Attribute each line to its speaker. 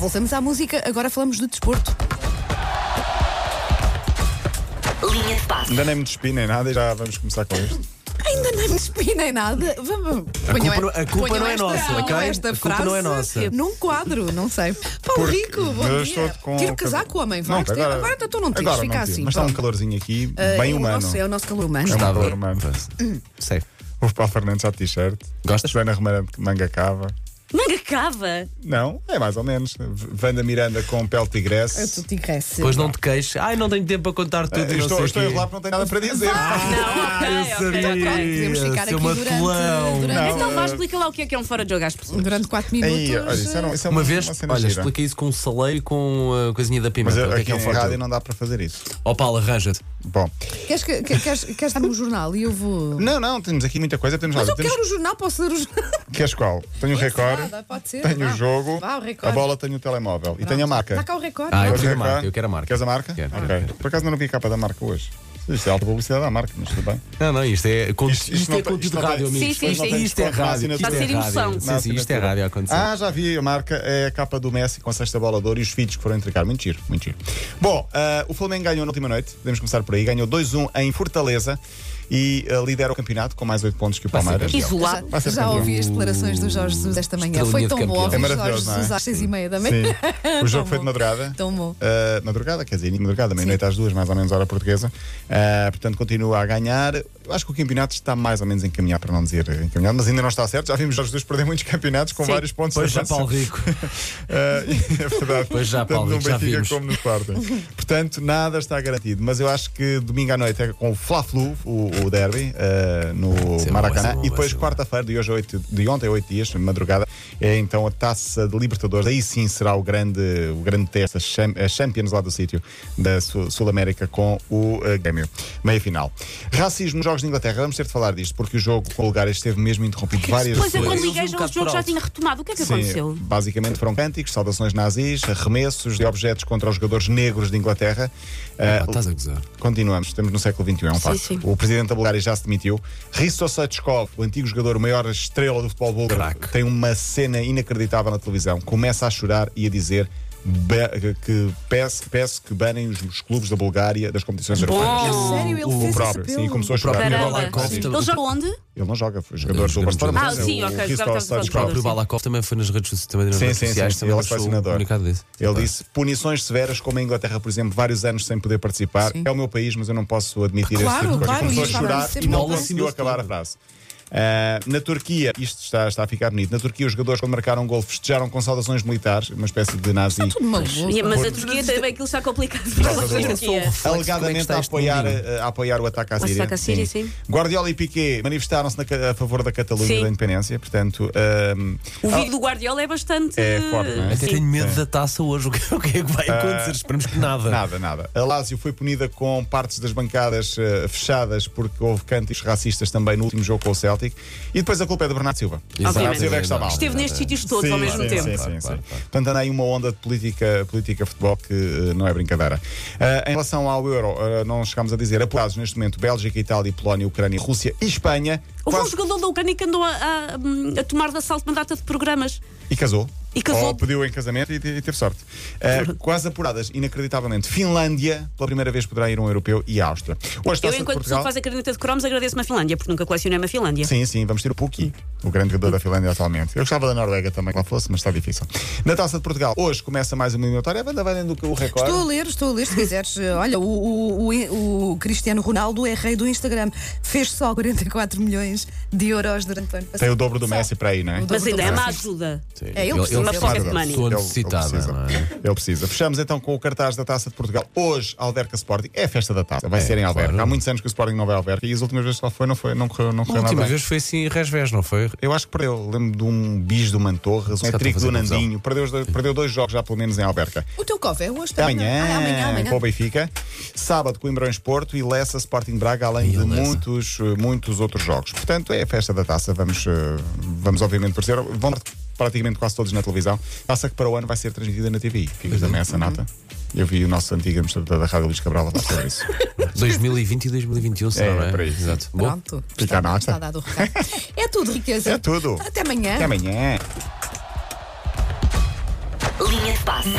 Speaker 1: voltamos à música, agora falamos de desporto.
Speaker 2: Linha de passe.
Speaker 3: Ainda nem me despido nem nada e já vamos começar com isto.
Speaker 1: Ainda nem me despi nem nada. Vamos.
Speaker 4: A
Speaker 1: ponham
Speaker 4: culpa, não- a culpa
Speaker 1: ponham
Speaker 4: não é
Speaker 1: esta-
Speaker 4: nossa,
Speaker 1: ponham
Speaker 4: ok?
Speaker 1: esta
Speaker 4: A culpa
Speaker 1: frase
Speaker 4: não é nossa.
Speaker 1: Num quadro, não sei. Paulo
Speaker 3: Porque
Speaker 1: Rico, bom dia.
Speaker 3: eu estou com. um
Speaker 1: Tira o casaco, homem, vai.
Speaker 3: Não,
Speaker 1: Tira- agora, então tu não tens,
Speaker 3: agora
Speaker 1: fica
Speaker 3: não tiro,
Speaker 1: assim.
Speaker 3: Mas está um
Speaker 1: pronto.
Speaker 3: calorzinho aqui,
Speaker 1: Ah,
Speaker 3: bem
Speaker 1: é o
Speaker 3: humano.
Speaker 1: nosso- é o nosso calor humano.
Speaker 3: É um
Speaker 4: Gostava.
Speaker 3: calor humano.
Speaker 4: Sei.
Speaker 3: Vou para o Fernandes já de t-shirt.
Speaker 4: Gostas?
Speaker 3: Joana Romana de manga cava.
Speaker 2: Manga cava.
Speaker 3: Não, é mais ou menos. Vanda Miranda com pele
Speaker 1: Eu tu
Speaker 3: tigresse. Ah,
Speaker 1: te cresce.
Speaker 4: Pois não te queixes. Ai, não tenho tempo para contar tudo. e não
Speaker 3: É, Estou,
Speaker 4: sei
Speaker 3: estou
Speaker 4: o
Speaker 3: a
Speaker 4: quê.
Speaker 3: rolar porque não tenho nada para dizer.
Speaker 4: Ah,
Speaker 2: Não,
Speaker 4: eu
Speaker 2: ok, ok.
Speaker 4: sabia.
Speaker 2: Então, pronto,
Speaker 1: podemos ficar
Speaker 4: seu
Speaker 1: aqui durante-
Speaker 4: maculão.
Speaker 1: durante-
Speaker 3: Não,
Speaker 2: Então vá,
Speaker 3: eh,
Speaker 2: explica lá o que é que é um fora de jogo às pessoas.
Speaker 1: Durante 4 minutos.
Speaker 3: Aí, olha, isso era um- isso é
Speaker 4: Uma vez,
Speaker 3: uma cena
Speaker 4: olha,
Speaker 3: gira.
Speaker 4: expliquei isso com um saleiro e com a coisinha da
Speaker 3: Mas
Speaker 4: pimenta.
Speaker 3: eu-
Speaker 4: o que é
Speaker 3: aqui
Speaker 4: que é um
Speaker 3: em rádio
Speaker 4: forte?
Speaker 3: não dá para fazer isso.
Speaker 4: Ó Paulo, arranja-te.
Speaker 3: Bom,
Speaker 1: Queres, que, que- queres, queres dar-me um jornal e eu vou.
Speaker 3: não, não, temos aqui muita coisa. Temos
Speaker 1: Mas eu
Speaker 3: rádio, temos-
Speaker 1: quero o jornal, posso ler o jornal.
Speaker 3: Queres qual? Tenho o recorde,
Speaker 1: Nada, pode ser,
Speaker 3: tenho
Speaker 1: vá.
Speaker 3: o jogo,
Speaker 1: Vá, o
Speaker 3: a
Speaker 1: recorde.
Speaker 3: bola, tenho o telemóvel e tenho a marca.
Speaker 1: Está tá cá o recorde.
Speaker 4: Ah, eu
Speaker 1: não?
Speaker 3: Queres
Speaker 4: quero a
Speaker 3: recorde?
Speaker 4: marca, eu quero a marca.
Speaker 3: Queres a marca?
Speaker 4: Quero.
Speaker 3: Ok. Por acaso ainda não vi a capa da marca hoje. Isto é alta publicidade à marca, mas tudo bem.
Speaker 4: Não, não, isto é conteúdo,
Speaker 3: Isto- isto
Speaker 4: isto
Speaker 3: não
Speaker 4: é
Speaker 3: tem-
Speaker 4: conteúdo
Speaker 3: isto não
Speaker 4: de rádio,
Speaker 3: tem-
Speaker 4: amigos.
Speaker 2: Sim, sim,
Speaker 4: Isto
Speaker 2: sim.
Speaker 4: não tem Isto é
Speaker 3: desconto na
Speaker 4: rádio. Isto
Speaker 3: assinatura.
Speaker 4: é
Speaker 2: Está a ser
Speaker 4: rádio.
Speaker 2: emoção.
Speaker 4: Sim, sim, isto é rádio a acontecer.
Speaker 3: Ah, já vi a marca, é a capa do Messi com a sexta bola de ouro e os filhos que foram entregar. Muito giro, muito giro. Bom, ah, o Flamengo ganhou na última noite, podemos começar por aí. Ganhou 2-1 em Fortaleza e ah, lidera o campeonato com mais 8 pontos que o
Speaker 4: Vai ser
Speaker 3: Palmeiras.
Speaker 4: campeão.
Speaker 2: Isolado.
Speaker 3: Vai ser
Speaker 1: Já
Speaker 3: campeão.
Speaker 1: ouvi as declarações do Jorge Jesus esta manhã.
Speaker 4: Estrelinha
Speaker 1: Foi
Speaker 4: de
Speaker 1: tão
Speaker 4: campeão.
Speaker 1: bom ouvir
Speaker 3: É
Speaker 1: Jorge
Speaker 3: maravilhoso, não é?
Speaker 1: Jesus às seis e meia da manhã.
Speaker 3: Sim. O jogo
Speaker 1: Tão
Speaker 3: foi
Speaker 1: Tá bom. Então
Speaker 3: de madrugada.
Speaker 1: Tão bom.
Speaker 3: Uh, madrugada, quer dizer, de madrugada, meia-noite às duas, mais ou menos, hora portuguesa. Uh, portanto, continua a ganhar. Eu acho que o campeonato está mais ou menos encaminhado, para não dizer encaminhado, mas ainda não está certo. Já vimos Jorge Jesus perder muitos campeonatos com
Speaker 2: Sim.
Speaker 3: vários pontos
Speaker 4: Pois
Speaker 3: de
Speaker 4: já,
Speaker 3: avanço.
Speaker 4: Paulo Rico.
Speaker 3: Uh, é verdade.
Speaker 4: Pois já,
Speaker 3: Tanto
Speaker 4: Paulo,
Speaker 3: no
Speaker 4: já
Speaker 3: Benfica
Speaker 4: vimos.
Speaker 3: como no Sporting. Portanto, nada está garantido. Mas eu acho que domingo à noite é com o Fla-Flu, o, o derby, uh, no
Speaker 4: Sim, vai
Speaker 3: Maracanã.
Speaker 4: ser bom,
Speaker 3: e
Speaker 4: vai
Speaker 3: depois
Speaker 4: ser bom.
Speaker 3: quarta-feira, de, hoje a oito- de ontem a 8 dias, de madrugada, é então a Taça de Libertadores. Aí sim será o grande, o grande teste, a Cham- a Champions lá do sítio, da Su- Sul-América com o eh, Grêmio. Meia-final. Racismo nos Jogos de Inglaterra. Vamos ter de falar disto, porque o jogo com o Bulgária esteve mesmo interrompido várias
Speaker 2: Pois é,
Speaker 3: vezes.
Speaker 2: quando
Speaker 4: Eles
Speaker 2: liguei
Speaker 4: um
Speaker 2: já o
Speaker 4: bocado
Speaker 2: jogo já
Speaker 4: parados.
Speaker 2: tinha retomado. O que é que
Speaker 3: Sim,
Speaker 2: aconteceu?
Speaker 3: basicamente foram cânticos, saudações nazis, arremessos de objetos contra os jogadores negros de Inglaterra. Ah,
Speaker 4: Ah, Estás a gozar.
Speaker 3: Continuamos, estamos no século XXI, é um facto.
Speaker 2: sim.
Speaker 3: O presidente da Bulgária já se demitiu. Risto Sachkov, o antigo jogador, maior estrela do futebol búlgaro,
Speaker 4: Craque.
Speaker 3: tem uma cena inacreditável na televisão. Começa a chorar e a dizer "Be- que peço, peço que banem os, os clubes da Bulgária das competições europeias.
Speaker 1: Sério, ele fez
Speaker 3: próprio,
Speaker 1: esse
Speaker 3: sim,
Speaker 1: apelo?
Speaker 3: começou assim. a chorar.
Speaker 4: próprio
Speaker 3: Ele
Speaker 4: Barella.
Speaker 3: não
Speaker 2: Caramba.
Speaker 3: joga,
Speaker 4: Balakov.
Speaker 2: Ele joga onde?
Speaker 3: ele não joga, foi jogador
Speaker 4: Ele
Speaker 3: do
Speaker 4: é um
Speaker 3: Bastor,
Speaker 4: grande
Speaker 3: mas
Speaker 2: jogador. Ah, sim,
Speaker 3: o,
Speaker 2: ok,
Speaker 3: o Risto
Speaker 2: jogador do
Speaker 4: O próprio
Speaker 3: Sachkov.
Speaker 2: Sim.
Speaker 4: Balakov também foi nas redes, so- também nas
Speaker 3: assim. Sim,
Speaker 4: redes
Speaker 3: sim,
Speaker 4: sociais,
Speaker 3: sim,
Speaker 4: também
Speaker 3: ele é
Speaker 4: lançou um
Speaker 3: selecionador.
Speaker 4: comunicado desse.
Speaker 3: Ele disse punições severas, como a Inglaterra, por exemplo, vários anos sem poder participar. É o meu país, mas eu não posso admitir
Speaker 1: Claro,
Speaker 3: esse tipo de coisa.
Speaker 1: claro,
Speaker 3: Começou a
Speaker 1: e estava
Speaker 3: chorar
Speaker 1: sempre
Speaker 3: e não
Speaker 1: mal.
Speaker 3: conseguiu
Speaker 4: Assinou-se
Speaker 3: acabar a
Speaker 4: todo.
Speaker 3: frase. Ah, na Turquia, isto está, está a ficar bonito. Na Turquia, os jogadores, quando marcaram um gol, festejaram com saudações militares, uma espécie de nazi.
Speaker 1: Tudo maluco.
Speaker 2: E-
Speaker 3: assim.
Speaker 2: Mas a Turquia também aquilo está complicado.
Speaker 3: Mas
Speaker 2: Para a
Speaker 3: eu
Speaker 2: Turquia.
Speaker 4: Como é que
Speaker 3: Alegadamente
Speaker 4: está
Speaker 3: a
Speaker 4: este
Speaker 3: apoiar,
Speaker 4: domingo?
Speaker 3: a apoiar o ataque à Síria.
Speaker 2: ataque à Síria, sim.
Speaker 3: Guardiola e Piqué manifestaram-se na ca- a favor da Catalunha
Speaker 2: Sim.
Speaker 3: da independência, portanto. ah, ahm,
Speaker 2: O vídeo do Guardiola é bastante.
Speaker 3: É forte, não é?
Speaker 4: Até tenho medo da taça hoje. O que o que é que vai acontecer? Esperamos que nada.
Speaker 3: Ah. Nada, nada. A Lazio foi punida com partes das bancadas eh, fechadas porque houve cânticos racistas também no último jogo com o Celtic. E depois a culpa é do Bernardo Silva. O
Speaker 4: Exato.
Speaker 3: Bernardo Silva é que está mal.
Speaker 2: Esteve nestes sítios todos
Speaker 3: Sim,
Speaker 2: ao mesmo
Speaker 3: sim,
Speaker 2: tempo.
Speaker 3: Sim,
Speaker 4: Claro,
Speaker 3: sim,
Speaker 4: claro,
Speaker 3: sim.
Speaker 4: claro.
Speaker 3: Portanto, anda aí uma onda de política, política futebol que eh, não é brincadeira. Ah, em relação ao Euro, ah, não chegámos a dizer apurados neste momento Bélgica, Itália, Polónia, Ucrânia, Rússia e Espanha.
Speaker 2: Houve um
Speaker 3: Quase-
Speaker 2: jogador da Ucrânia que andou a, a- hum, a tomar de assalto uma data de programas.
Speaker 3: E casou.
Speaker 2: E casou.
Speaker 3: Ou pediu em casamento e, te- e teve sorte. Ah, quase apuradas, inacreditavelmente. Finlândia, pela primeira vez, poderá ir um europeu e a Áustria. Hoje,
Speaker 2: Eu,
Speaker 3: Taça de
Speaker 2: enquanto pessoa
Speaker 3: Portugal-
Speaker 2: que faz a caderneta de cromos, agradeço-me a Finlândia, porque nunca colecionei uma Finlândia.
Speaker 3: Sim, sim, vamos ter o Puki, o grande jogador da Finlândia atualmente. Eu gostava da Noruega também, que lá fosse, mas está difícil. Na Taça de Portugal, hoje começa mais uma eliminatória. A banda vai dentro do o recorde.
Speaker 1: Estou a ler, estou a ler, se quiseres. Olha, o, o- o- o Cristiano Ronaldo é rei do Instagram. Fez só 44 milhões de euros durante o ano passado.
Speaker 3: Tem o dobro do Messi para aí, não é?
Speaker 1: O dobro
Speaker 2: Mas ainda é
Speaker 1: do
Speaker 2: uma
Speaker 1: Messi.
Speaker 2: ajuda.
Speaker 1: É, ele precisa
Speaker 2: uma
Speaker 1: de
Speaker 2: pocket
Speaker 3: Claro,
Speaker 2: money.
Speaker 4: Pessoa
Speaker 3: ele- ele
Speaker 4: necessitada,
Speaker 3: precisa.
Speaker 4: não é?
Speaker 3: Ele precisa. Fechamos então com o cartaz da Taça de Portugal. Hoje, Alverca Sporting. É a festa da Taça. Vai
Speaker 4: É,
Speaker 3: ser em Alverca.
Speaker 4: claro.
Speaker 3: Há muitos anos que o Sporting não vai a Alverca e as últimas vezes que lá foi, não, foi, não correu, não
Speaker 4: A
Speaker 3: correu nada.
Speaker 4: última
Speaker 3: bem.
Speaker 4: vez foi assim, resvés, não foi?
Speaker 3: Eu acho que perdeu. Lembro de um bis do Mantorras, um
Speaker 4: calhar
Speaker 3: trico
Speaker 4: estou
Speaker 3: do
Speaker 4: a fazer
Speaker 3: Nandinho. Perdeu, os dois- perdeu dois jogos já, pelo menos, em Alverca.
Speaker 1: O teu cofre é hoje
Speaker 3: É
Speaker 1: também.
Speaker 3: Amanhã,
Speaker 1: Ah, é amanhã, amanhã.
Speaker 3: com o Benfica. Sábado, Coimbrões Porto e Lessa Sporting Braga, além
Speaker 4: E
Speaker 3: de
Speaker 4: a Lessa.
Speaker 3: muitos, eh, muitos outros jogos. Portanto, é a festa da taça. Vamos, eh, vamos obviamente, parecer. Vão praticamente quase todos na televisão. Taça que para o ano vai ser transmitida na TVI. Ficas
Speaker 4: é.
Speaker 3: também essa nota.
Speaker 4: Uhum.
Speaker 3: Eu vi o nosso antigo administrador da Rádio Luís Cabral a falar sobre isso.
Speaker 4: 2020 e 2021, será,
Speaker 3: É,
Speaker 4: não é?
Speaker 3: por aí.
Speaker 4: Exato. Bom,
Speaker 1: Pronto.
Speaker 3: Fica
Speaker 1: está,
Speaker 3: a nota.
Speaker 1: está dado o recado. É tudo, riqueza.
Speaker 3: É tudo.
Speaker 1: Até amanhã.
Speaker 3: Até amanhã.
Speaker 5: Linha de passe.